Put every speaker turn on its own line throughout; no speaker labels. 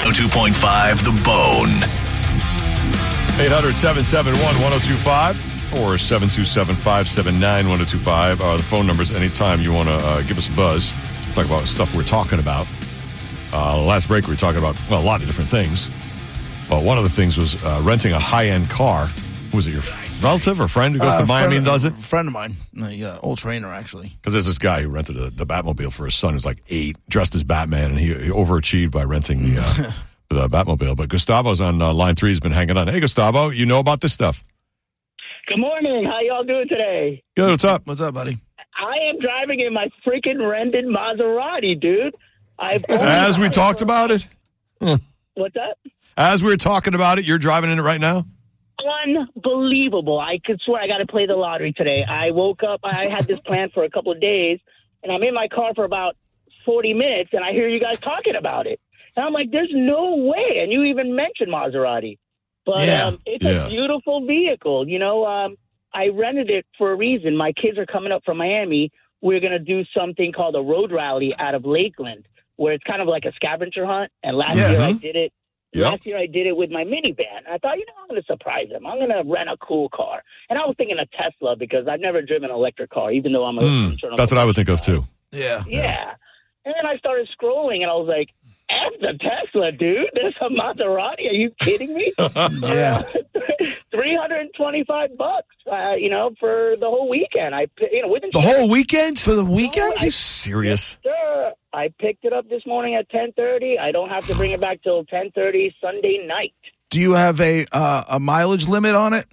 102.5 The Bone.
800 771 1025 or 727 579 1025 are the phone numbers anytime you want to uh, give us a buzz. Talk about stuff we're talking about. Uh, last break, we were talking about well, a lot of different things. But one of the things was uh, renting a high end car. Was it your relative or friend who goes
Uh,
to Miami
friend,
and does it?
Friend of mine, a, uh, old trainer actually.
Because there's this guy who rented a, the Batmobile for his son who's like eight, dressed as Batman, and he, he overachieved by renting the, uh, the Batmobile. But Gustavo's on uh, line three, has been hanging on. Hey, Gustavo, you know about this stuff.
Good morning. How y'all doing today?
Yo, what's up?
What's up, buddy?
I am driving in my freaking rented Maserati, dude. I've owned
As we
it.
talked about it,
What's up?
as we were talking about it, you're driving in it right now.
Unbelievable! I could swear I got to play the lottery today. I woke up. I had this plan for a couple of days, and I'm in my car for about 40 minutes, and I hear you guys talking about it, and I'm like, "There's no way!" And you even mentioned Maserati, but
Yeah.
um, it's
Yeah.
a beautiful vehicle. You know, um, I rented it for a reason. My kids are coming up from Miami. We're gonna do something called a road rally out of Lakeland, where it's kind of like a scavenger hunt. And last
Yeah.
year I did it
Yep.
Last year I did it with my minivan. I thought, you know, I'm going to surprise them. I'm going to rent a cool car. And I was thinking a Tesla because I've never driven an electric car, even though I'm a.
Hmm,
internal
that's what I would think of
combustion
too.
Yeah.
guy. Yeah. And then I started scrolling and I was like, F the Tesla, dude. There's a Maserati. Are you kidding me?
Yeah.
325 bucks, uh, you know, for the whole weekend. I, pi- you know, within
The whole weekend?
For the weekend?
Are you serious?
Sure. I picked it up this morning at 10:30. I don't have to bring it back till 10:30 Sunday night.
Do you have a uh, a mileage limit on it?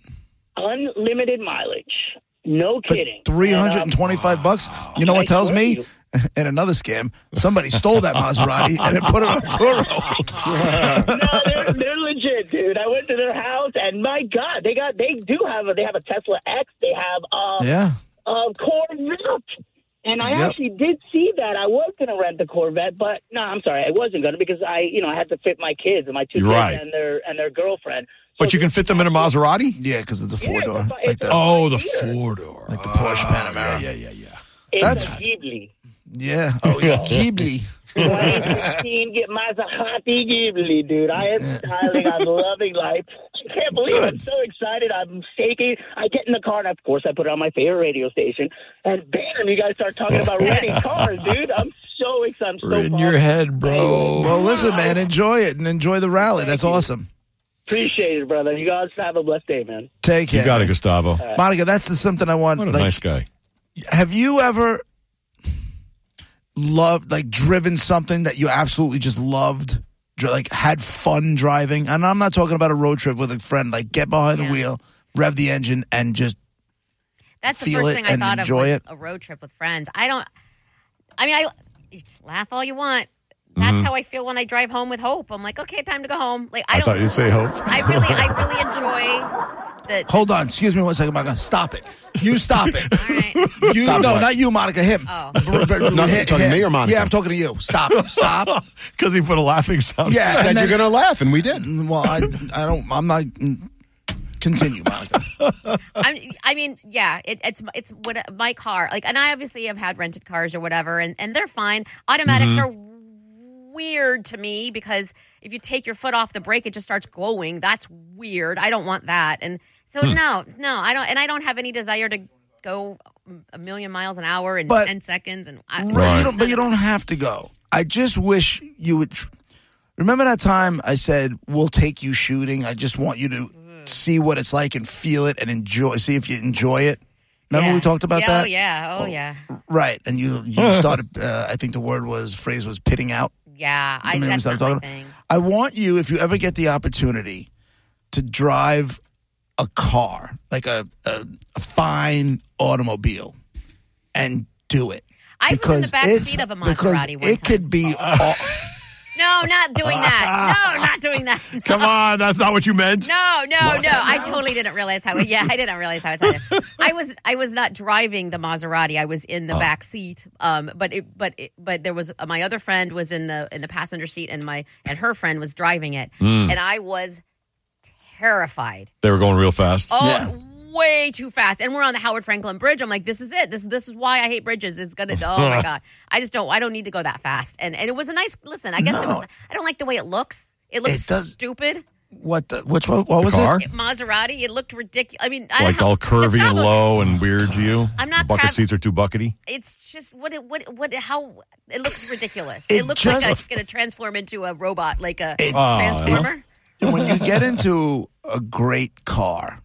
unlimited mileage. No
For
kidding.
Three hundred and
And, um,
twenty-five bucks. You know
I
what tells
swear
me?
to
and another scam. Somebody stole that Maserati and then put it on Turo.
no, they're, they're legit, dude. I went to their house, and my God, they got they do have a, they have a Tesla X, they have um,
yeah.
a Corvette, and I
Yep.
actually did see that. I was gonna rent the Corvette, but no, I'm sorry, I wasn't gonna because I you know I had to fit my kids and my two
You're
kids
right.
and their and their girlfriend.
But
So
you can fit them in a Maserati?
Yeah, because it's a
Yeah,
four Uh, door.
it's a-
Like
it's
the,
a-
Oh, the
Here.
four door.
Like the Porsche Panamera.
Yeah, yeah, yeah.
it's
that's-
a Ghibli.
yeah. Oh, yeah. Ghibli.
2015, get Maserati Ghibli, dude. I am styling. I'm loving life. I can't believe I'm
Good.
so excited. I'm shaking. I get in the car, and of course, I put it on my favorite radio station. And bam, you guys start talking about renting cars, dude. I'm so excited. I'm so
We're in
pumped.
your head, bro.
Well, listen, man. Enjoy it and enjoy the rally. That's awesome.
Appreciate it, brother. You guys have a blessed day, man.
Take care.
You got it, Gustavo.
Monica, that's the, something I want.
What a
Uh, like,
nice guy.
have you ever loved like driven something that you absolutely just loved Dr- like had fun driving and i'm not talking about a road trip with a friend like get behind the
Yeah.
wheel rev the engine and just
That's the
feel
first
it
thing I
and
thought of
enjoy
was
it.
a road trip with friends. I don't. I mean, I you just laugh all you want. That's
Mm-hmm.
how I feel when I drive home with Hope. I'm like, okay, time to go home. Like I,
I
don't.
thought you'd say hope.
I really, I really enjoy the.
hold on excuse me one second monica stop it you stop it
All right.
you
Stop
no
what?
not you monica him
Oh.
Br- br-
No,
him-
you're talking to
him.
me or Monica?
yeah i'm talking to you stop stop
Because he put a laughing sound.
yeah
said
and
you're
then-
gonna laugh, and we did.
well i i don't i'm not mm, continue monica
I'm, I mean, yeah, it, it's it's what my car like, and I obviously have had rented cars or whatever, and and they're fine. Automatics are weird to me because if you take your foot off the brake, it just starts going. That's weird. I don't want that, and so no, no, I don't, and I don't have any desire to go a million miles an hour in
But-
ten seconds, and I,
Right. You don't, but you don't have to go. I just wish you would. Tr- Remember that time I said we'll take you shooting. I just want you to
Mm-hmm.
see what it's like and feel it and enjoy. See if you enjoy it. Remember
Yeah.
we talked about
Yeah,
that,
Oh yeah, oh yeah,
right? And you you started. Uh, I think the word was phrase was pitting out.
yeah. I,
Remember we
that's
started
not my
talking-
thing.
I want you if you ever get the opportunity to drive a car like a a, a fine automobile and do it.
I was in the
Because
back
it's-
seat of a Maserati
because
one
it
time.
could be. aw-
No, not doing that. No, not doing that.
Come on, that's not what you meant.
No, no, no. I totally didn't realize how. Yeah, I didn't realize how excited. I was. I was not driving the Maserati. I was
Oh.
in the back seat. Um, but it, but it, but there was uh, my other friend was in the in the passenger seat, and my and her friend was driving it,
Hmm.
and I was terrified.
Hmm, They were going real fast.
Oh,
Yeah.
way too fast. And we're on the Howard Franklin Bridge. I'm like, this is it. This this is why I hate bridges. It's gonna. Oh my god. I just don't. I don't need to go that fast. And and it was a nice listen. I guess it was. I don't like the way it looks. It looks
It does-
stupid.
What? The, which one? What was
car?
it?
Maserati. It looked ridiculous. I mean,
It's
I don't
like
know.
all curvy and
Gustavo's-
low and weird to you.
I'm not
The bucket
proud-
seats are too buckety.
It's just what it what what how it looks ridiculous.
It
it looks
just-
like it's going to transform into a robot, like a
It-
Oh,
transformer.
when you get into a great car,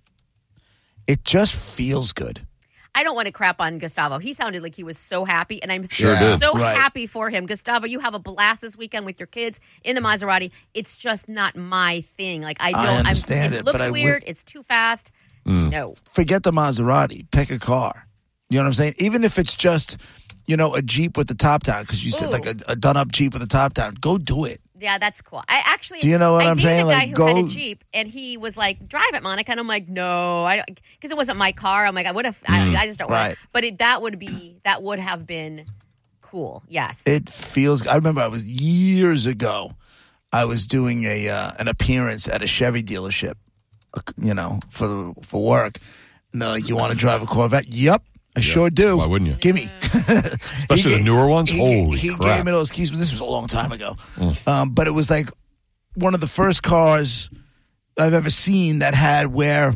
it just feels good.
I don't want to crap on Gustavo. He sounded like he was so happy, and I'm
Sure
Yeah, did.
so
right.
happy for him. Gustavo, you have a blast this weekend with your kids in the Maserati. It's just not my thing. Like I don't I'm-
understand
it.
it, but
looks
I wi-
weird. it's too fast. No,
Forget the Maserati. Pick a car. You know what I'm saying? Even if it's just, you know, a Jeep with the top down, because you said
Ooh.
like a, a done up Jeep with the top down. Go do it.
yeah, that's cool. I actually
Do you know what
I
I'm
dated
saying?
A guy
Like,
who
go-
had a Jeep, and he was like, "Drive it, Monica," and I'm like, "No, I because it wasn't my car." I'm like, "I would have, I, I just don't want."
Right.
It. But it, that would be that would have been cool. Yes.
It feels. I remember I was years ago. I was doing a uh, an appearance at a Chevy dealership, uh, you know, for for work. And they're like, "You want to drive a Corvette?" Yep, I sure do.
Why wouldn't you?
Gimme.
Especially the newer ones?
He,
Holy
he
crap. Mm.
gave me those keys. but This was a long time ago, um, but it was like one of the first cars I've ever seen that had where.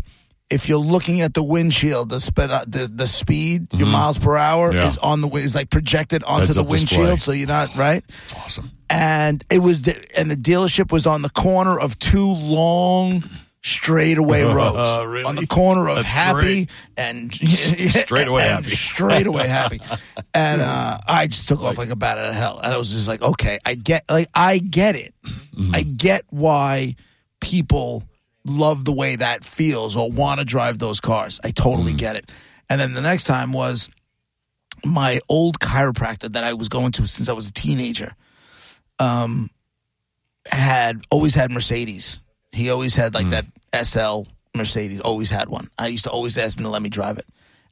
If you're looking at the windshield, the speed, the, the speed, your miles per hour
Mm-hmm. Yeah.
is on the win- is like projected onto
Heads
the
up display.
windshield, so you're not right
It's awesome.
and it was the, and the dealership was on the corner of two long straightaway roads
really?
on the corner of
That's
happy
great.
and
Straightaway
and
happy.
straightaway happy and uh, i just took off like a bat out of hell and i was just like okay i get like i get it i get why people love the way that feels or want to drive those cars i totally get it and then the next time was my old chiropractor that i was going to since i was a teenager um, had always had Mercedes. He always had like that SL Mercedes. Always had one. I used to always ask him to let me drive it,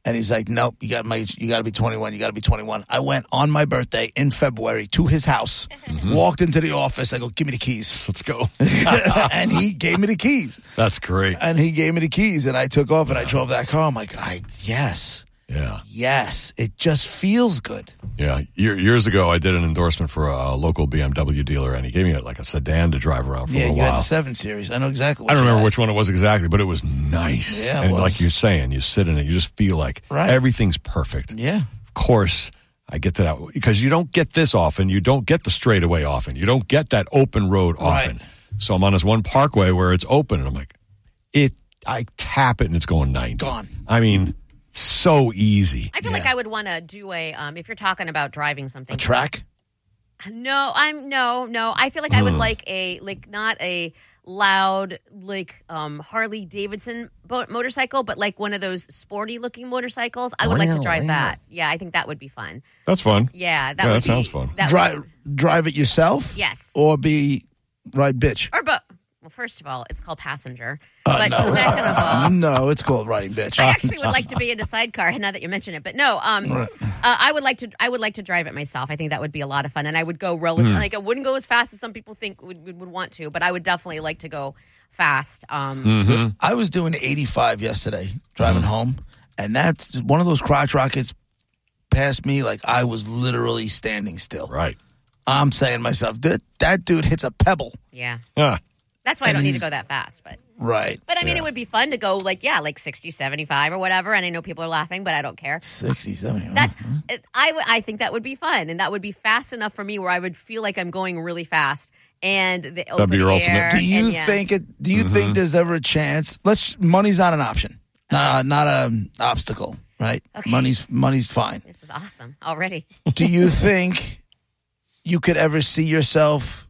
and he's like, "Nope, you got my, you got to be 21. You got to be 21." I went on my birthday in February to his house, walked into the office. I go, "Give me the keys,"
Let's go.
and he gave me the keys,
That's great.
and he gave me the keys, and I took off and I drove that car. I'm like, "I yes,
Yeah.
yes, it just feels good."
Yeah, Year, years ago, I did an endorsement for a local BMW dealer, and he gave me like a sedan to drive around for a
yeah,
little
you had
while.
the seven series. I know exactly. What
I don't
you
remember
had.
which one it was exactly, but it was nice.
Yeah, it
and
was.
like you're saying, you sit in it, you just feel like
Right.
everything's perfect.
Yeah.
Of course, I get to that because you don't get this often. You don't get the straightaway often. You don't get that open road
Right.
often. So I'm on this one parkway where it's open, and I'm like, it. I tap it, and it's going 90.
Gone.
I mean, so easy.
I feel like I would want to do a um, if you're talking about driving something.
A track.
no, I'm no, no. I feel like I would like a like not a loud like um Harley Davidson bo- motorcycle, but like one of those sporty looking motorcycles. I would like to drive that. Yeah, I think that would be fun.
That's fun.
Yeah, that
Yeah,
would
that
be-
sounds fun.
that would-
drive drive it yourself?
Yes.
Or be ride bitch?
or but well, first of all, it's called passenger.
Uh,
but
no, it's
second of all,
not. no, it's called riding bitch.
I actually would like to be in a sidecar now that you mention it. But no, um, uh, I would like to. I would like to drive it myself. I think that would be a lot of fun, and I would go
Hmm.
relative. Like I wouldn't go as fast as some people think would, would, would want to, but I would definitely like to go fast. Um,
Hmm. Mm-hmm.
I was doing 85 yesterday driving home, and that's one of those crotch rockets passed me like I was literally standing still.
Right.
I'm saying to myself, that that dude hits a pebble.
Yeah,
Yeah.
that's why I
And
don't need to
he's-
go that fast. But
Right.
but I mean,
Yeah.
it would be fun to go like yeah, like 60, 75 or whatever. And I know people are laughing, but I don't care.
60, 70.
That's it- I w- I think that would be fun, and that would be fast enough for me where I would feel like I'm going really fast. And the That'd open
be your ultimate-
air,
do you
and, yeah.
think it do you think there's ever a chance? Let's money's not an option. Uh, not an obstacle, right?
Okay.
Money's money's fine.
This is awesome already.
Do you think you could ever see yourself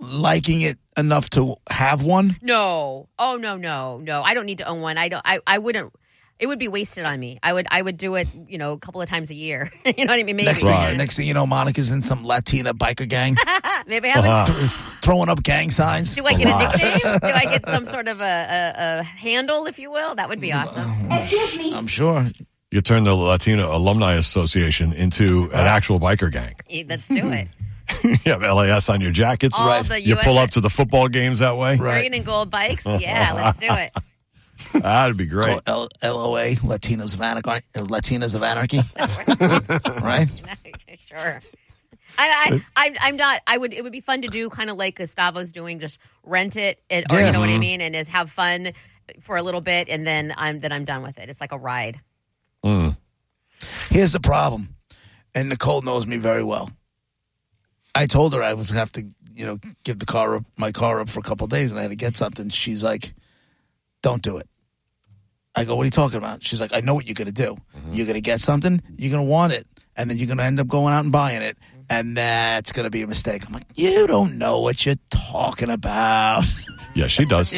liking it enough to have one?
No. Oh no, no, no. I don't need to own one. I don't I, I wouldn't it would be wasted on me. I would I would do it, you know, a couple of times a year. you know what I mean? Maybe
Next,
Right.
thing, next thing you know, Monica's in some Latina biker gang,
maybe I haven't.
th- throwing up gang signs.
Do I get a
Wow.
nickname? Do I get some sort of a, a, a handle, if you will? That would be
Mm-hmm.
awesome.
I'm sure.
You turn the Latino Alumni Association into
Uh-huh.
an actual biker gang.
Yeah, Let's do it.
you have LAS on your jackets.
All Right. the
You
US
pull up to the football games that way.
Right.
Green and gold bikes. Yeah, let's do it.
That'd be great.
L- LOA, Latinos of Anarchy. Latinas of Anarchy. right?
sure. I, I, I'm, I'm not. I would. It would be fun to do, kind of like Gustavo's doing, just rent it, it or you know
Mm-hmm.
what I mean, and is have fun for a little bit, and then I'm then I'm done with it. It's like a ride.
Here's the problem, and Nicole knows me very well. I told her I was gonna have to, you know, give the car up, my car up for a couple of days, and I had to get something. She's like, "Don't do it." I go, "What are you talking about?" She's like, "I know what you're gonna do. You're gonna get something. You're gonna want it, and then you're gonna end up going out and buying it, and that's gonna be a mistake." I'm like, "You don't know what you're talking about."
Yeah, she does.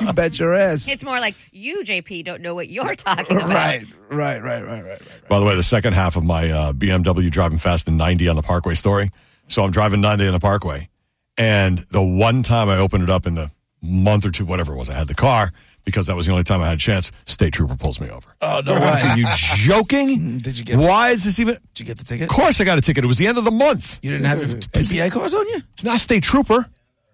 you bet your ass.
It's more like you, JP, don't know what you're talking about.
Right, right, right, right, right, right.
By the way, the second half of my uh, BMW driving fast in 90 on the Parkway story. So I'm driving 90 on the Parkway. And the one time I opened it up in the month or two, whatever it was, I had the car because that was the only time I had a chance. State trooper pulls me over.
Oh no way!
Are you joking?
Did you get? Did
Why is this even?
you get the ticket?
Of course I got a ticket. It was the end of the month.
You didn't have your
Mm-hmm.
PPA cards on you?
It's not state trooper.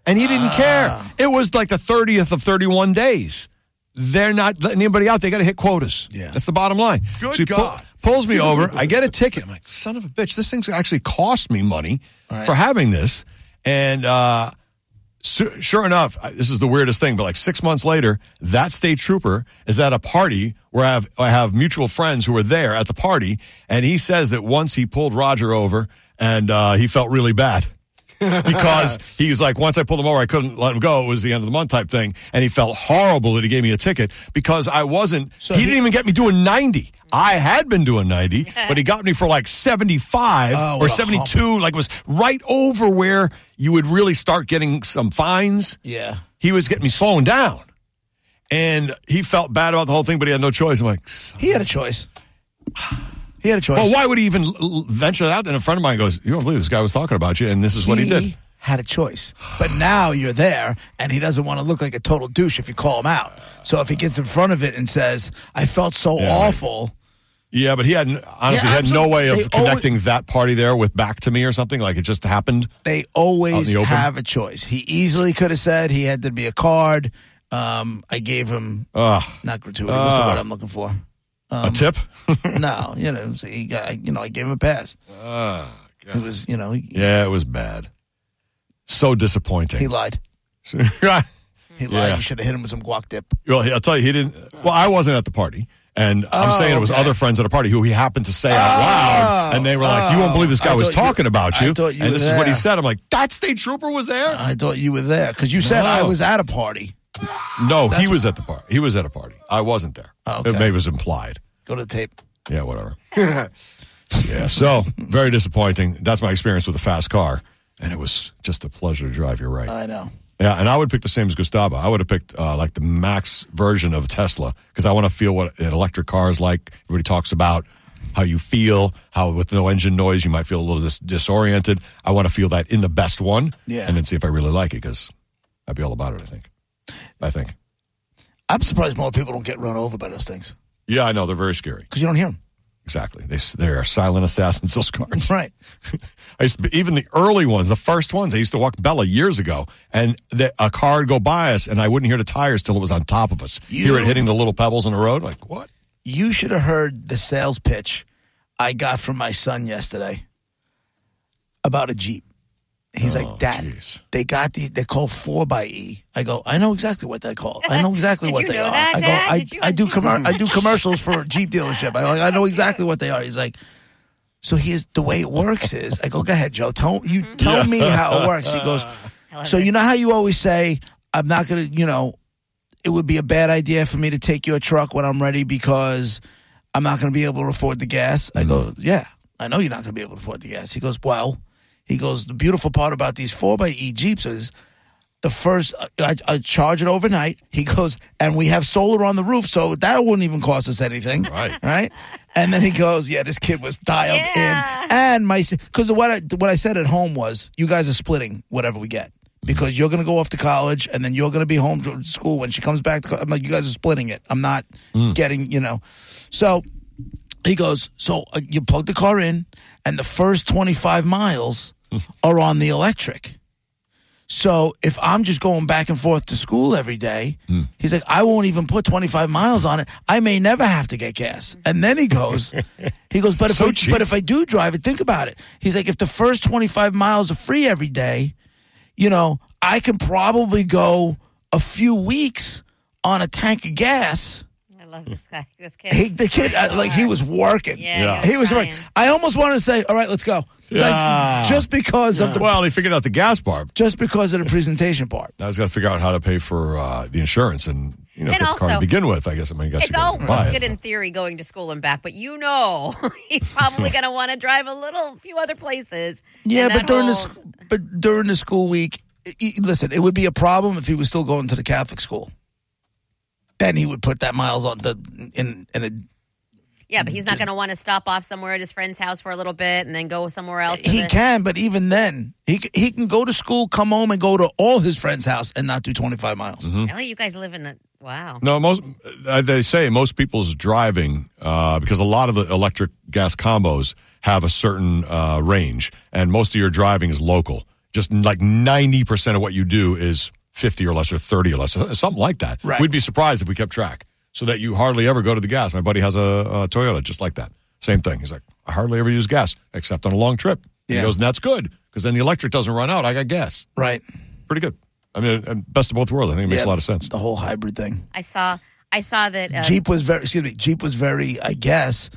And he
Ah.
didn't care. It was like the 30th of 31 days. They're not letting anybody out. They got to hit quotas.
Yeah.
That's the bottom line.
Good
he pull-
God.
pulls me over. I get a ticket. I'm like, son of a bitch, this thing's actually cost me money
Right.
for having this. And uh, su- sure enough, I, this is the weirdest thing, but like six months later, that state trooper is at a party where I have, I have mutual friends who are there at the party. And he says that once he pulled Roger over and uh, he felt really bad because he was like, once I pulled him over, I couldn't let him go. It was the end of the month type thing. And he felt horrible that he gave me a ticket because I wasn't, he,
he-
didn't even get me doing 90. I had been doing 90, but he got me for like 75
Oh,
or
what a
72. Like it was right over where you would really start getting some fines.
Yeah.
He was getting me slowing down. And he felt bad about the whole thing, but he had no choice. I'm like, "Son
He had a choice. He had a choice.
well, why would he even l- l- venture that out? Then a friend of mine goes, You don't believe this guy was talking about you, and this is what he did.
Had a choice, but now you're there, and he doesn't want to look like a total douche if you call him out. So if he gets in front of it and says, "I felt so
Yeah, right.
awful,"
Yeah, but he had honestly he had no
absolutely.
way of
They
connecting that party there with back to me or something. Like it just happened.
they
Out in
always
the open?
have a choice. He easily could have said he had to be a card. Um, I gave him
Ugh.
not gratuity. what's the
Ah.
word I'm looking for?
a tip.
no, you know, so he got, you know, I gave him a pass. It was, you know, he,
yeah, it was bad. So
he
disappointing.
lied.
well,
He lied.
Yeah.
You should have hit him with some guac dip.
I'll tell you, he didn't. Well, I wasn't at the party. And I'm
Oh,
saying it was
okay. Oh.
other friends at a party who he happened to say out loud, and they were like, "You won't believe this
I
guy was
thought you-
talking about
I
you."
thought you
and
were
this is what
there.
he
Uh,
said. I'm like, "That state trooper was there."
I thought you were there because you said
No.
I was at a party.
No, he was at the party. He was at a party. I wasn't there.
Oh,
It
okay.
may was implied.
Go to the tape.
Yeah, whatever. yeah, so very disappointing. That's my experience with a fast car, and it was just a pleasure to drive. You're right.
I know.
yeah, and I would pick the same as Gustavo. I would have picked uh, like the max version of Tesla because I want to feel what an electric car is like. Everybody talks about how you feel, how with no engine noise you might feel a little dis- disoriented. I want to feel that in the best one,
Yeah.
and then see if I really like it because I'd be all about it. I think. I think.
I'm surprised more people don't get run over by those things
Yeah, I know they're very scary.
because you don't hear them.
Exactly. They s- they are silent assassins. Those cars.
Right.
I used to, even the early ones, the first ones, I used to walk Bella years ago, and the, a car would go by us, and I wouldn't hear the tires till it was on top of us.
You-
Hear it hitting the little pebbles in the road, like what?
You should have heard the sales pitch I got from my son yesterday about a Jeep. He's like, Dad,
Oh, jeez.
they got the they call four by E. I go, I know exactly what they call. I know exactly
Did
what
you
they
know
are.
that,
I go,
Dad?
I,
Did you
I do
actually-
commer- I do commercials for a Jeep dealership. I I know exactly what they are. He's like, so here's the way it works is I go, go ahead, Joe. Tell you
Mm-hmm.
tell me how it works. He goes, so you know how you always say, I'm not gonna, you know, it would be a bad idea for me to take your truck when I'm ready because I'm not going to be able to afford the gas. I go, yeah, I know you're not going to be able to afford the gas. He goes, well, he goes, the beautiful part about these 4 by E Jeeps is The first, I, I charge it overnight. He goes, and we have solar on the roof, so that wouldn't even cost us anything,
Right.
Right? And then he goes, yeah, this kid was dialed
Yeah.
in, and my because what I what I said at home was, you guys are splitting whatever we get because you're gonna go off to college, and then you're gonna be home to school when she comes back. To, co- I'm like, you guys are splitting it. I'm not getting, you know, so. He goes, so uh, you plug the car in, and the first 25 miles are on the electric. So if I'm just going back and forth to school every day,
Hmm.
he's like, I won't even put 25 miles on it. I may never have to get gas. And then he goes, he goes, but if,
So
I,
cheap.
but if I do drive it, think about it. He's like, if the first 25 miles are free every day, you know, I can probably go a few weeks on a tank of gas.
I love this guy. This kid.
He, the kid, uh, like he was working.
yeah,
Yeah.
he
He was right. I almost wanted to say, "All right, let's go,"
Yeah.
like, just because of the
Well, he figured out the gas barb.
just because of the presentation part.
Now he's got to figure out how to pay for uh, the insurance and you know get
And
the car to
also-
begin with. I guess I mean, you got to
It's all
go buy
good
it.
in theory going to school and back, but you know he's probably going to want to drive a little few other places.
Yeah,
And
but
that
during the
whole-
sc- but during the school week, i- i- listen, it would be a problem if he was still going to the Catholic school. Then he would put that miles on the in in a.
yeah, but he's not going to want to stop off somewhere at his friend's house for a little bit and then go somewhere else. and
He
then-
can, but even then, he c- he can go to school, come home, and go to all his friends' house and not do twenty five miles.
Really, you guys live in a wow.
No, most uh, they say most people's driving uh, because a lot of the electric gas combos have a certain uh, range, and most of your driving is local. Just like ninety percent of what you do is fifty or less, or thirty or less, uh, something like that.
Right.
We'd be surprised if we kept track, so that you hardly ever go to the gas. My buddy has a, a Toyota just like that. Same thing. He's like, I hardly ever use gas except on a long trip. He
Yeah.
goes, and that's good because then the electric doesn't run out. I got gas.
Right?
Pretty good. I mean, uh, best of both worlds. I think it makes
Yeah,
a lot of sense.
The whole hybrid thing.
I saw. I saw that. Uh,
Jeep was very excuse me, Jeep was very, I guess,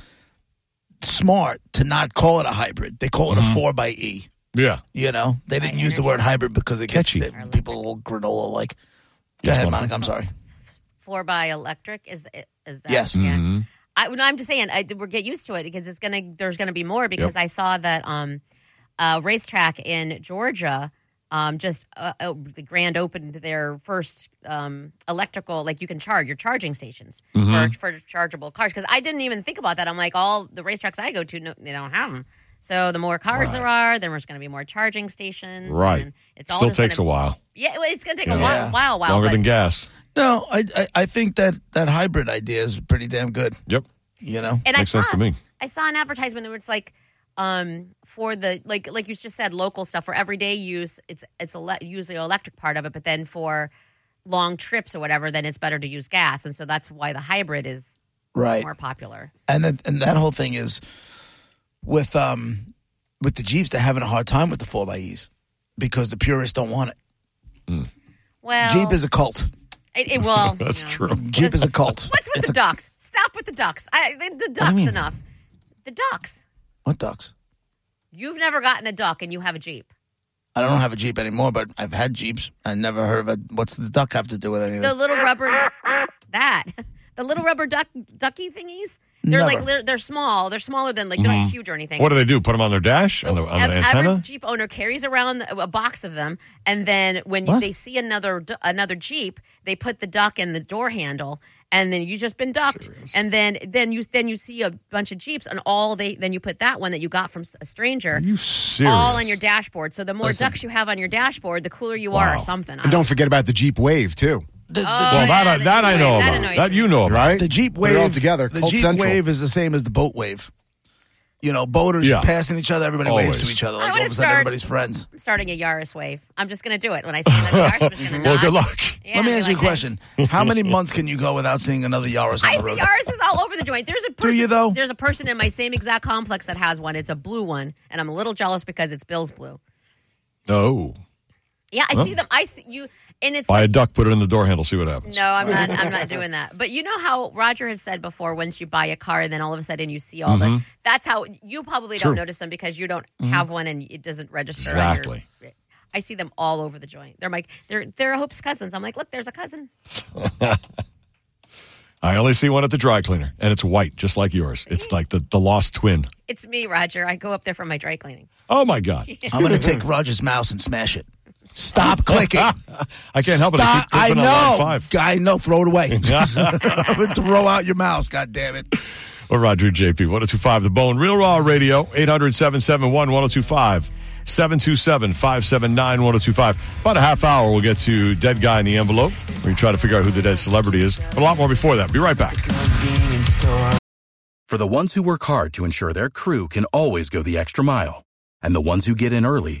smart to not call it a hybrid. They call it a four by E.
Yeah.
You know? They didn't use the word hybrid because it gets
Catchy.
that people a little granola like. Go ahead,
one.
Monica, I'm sorry.
four by electric is is that
Yes.
Mm-hmm.
yeah I, no, i'm just saying I, we're get used to it because it's gonna there's gonna be more because i saw that um uh racetrack in georgia um just uh, uh, the grand opened their first um electrical like you can charge your charging stations
Mm-hmm.
for, for chargeable cars because i didn't even think about that i'm like all the racetracks i go to no, they don't have them so the more cars there are then there's gonna be more charging stations
Right.
and it's all
Still
just
takes
gonna,
a while.
yeah well, it's gonna take
Yeah.
a while
Yeah.
while while
Longer
but-
than gas.
No, I, I I think that that hybrid idea is pretty damn good,
Yep.
you know?
Makes
and I
sense
saw,
to me.
I saw an advertisement where it's like um for the like like you just said local stuff for everyday use it's it's ele- usually an electric part of it but then for long trips or whatever then it's better to use gas and so that's why the hybrid is
Right.
more popular
And then and that whole thing is with um with the Jeeps, they're having a hard time with the four by E's because the purists don't want it.
well
Jeep is a cult.
it, it- well
That's
you know.
true.
Jeep is a cult.
what's with
It's
the
a,
ducks stop with the ducks i the, the
you
ducks
mean?
enough the ducks
What ducks?
you've never gotten a duck and you have a jeep
I don't have a Jeep anymore, but I've had Jeeps. I never heard of a. What's the duck have to do with anything?
the little rubber that the little rubber duck ducky thingies they're like
Never.
they're, they're small they're smaller than like they're not huge or anything
Mm-hmm. What do they do? Put them on their dash? On the, on the
Ev-
antenna?
average jeep owner carries around a box of them and then when you,
What?
they see another du- another jeep they put the duck in the door handle and then you just been ducked and then then you then you see a bunch of jeeps and all they then you put that one that you got from s- a stranger
Are you serious?
all on your dashboard so the more
Listen.
ducks you have on your dashboard the cooler you are
Wow.
or something I
And
don't-
don't forget about the Jeep Wave too,
The, the,
Oh,
Well, that,
yeah,
I,
the
that I
Jeep
know
wave, that
about.
annoys
That
me.
you know about.
right?
the Jeep
Put it
wave
all together.
The
Cult
Jeep
Central.
wave is the same as the boat wave. You know, boaters
Yeah.
passing each other. Everybody waves
Always.
to each other.
I
Like all
wanna
of a sudden,
start-
everybody's friends.
I'm starting a Yaris wave. I'm just going to do it. When I see another Yaris, I'm just going to
Well, good luck.
Let me ask you a question: How many months can you go without seeing another Yaris on
I
the
see
road?
Yaris is all over the joint. There's a person,
you, though?
There's a person in my same exact complex that has one. It's a blue one, and I'm a little jealous because it's Bill's blue.
Oh.
Yeah, I see them. I see you, and it's
Buy a duck, put it in the door handle, see what happens.
no, I'm not. I'm not doing that. But you know how Roger has said before: once you buy a car, and then all of a sudden you see all
Mm-hmm.
the. That's how you probably
True.
don't notice them because you don't have one and it doesn't register. on your-
Exactly.
I see them all over the joint. They're like they're they're Hope's cousins. I'm like, look, there's a cousin.
I only see one at the dry cleaner, and it's white, just like yours. It's like the, the lost twin.
It's me, Roger. I go up there for my dry cleaning.
Oh, my God.
I'm going to take Roger's mouse and smash it. Stop clicking.
I can't help it. I keep
Stop-
clicking
know.
on line five.
I know. Throw it away. I'm gonna throw out your mouse. God damn it.
Or Roger JP, 1025 The Bone, Real Raw Radio, 800 771 1025, 727 579 1025. About a half hour, we'll get to Dead Guy in the Envelope. We try to figure out who the dead celebrity is. But a lot more before that. Be right back.
For the ones who work hard to ensure their crew can always go the extra mile, and the ones who get in early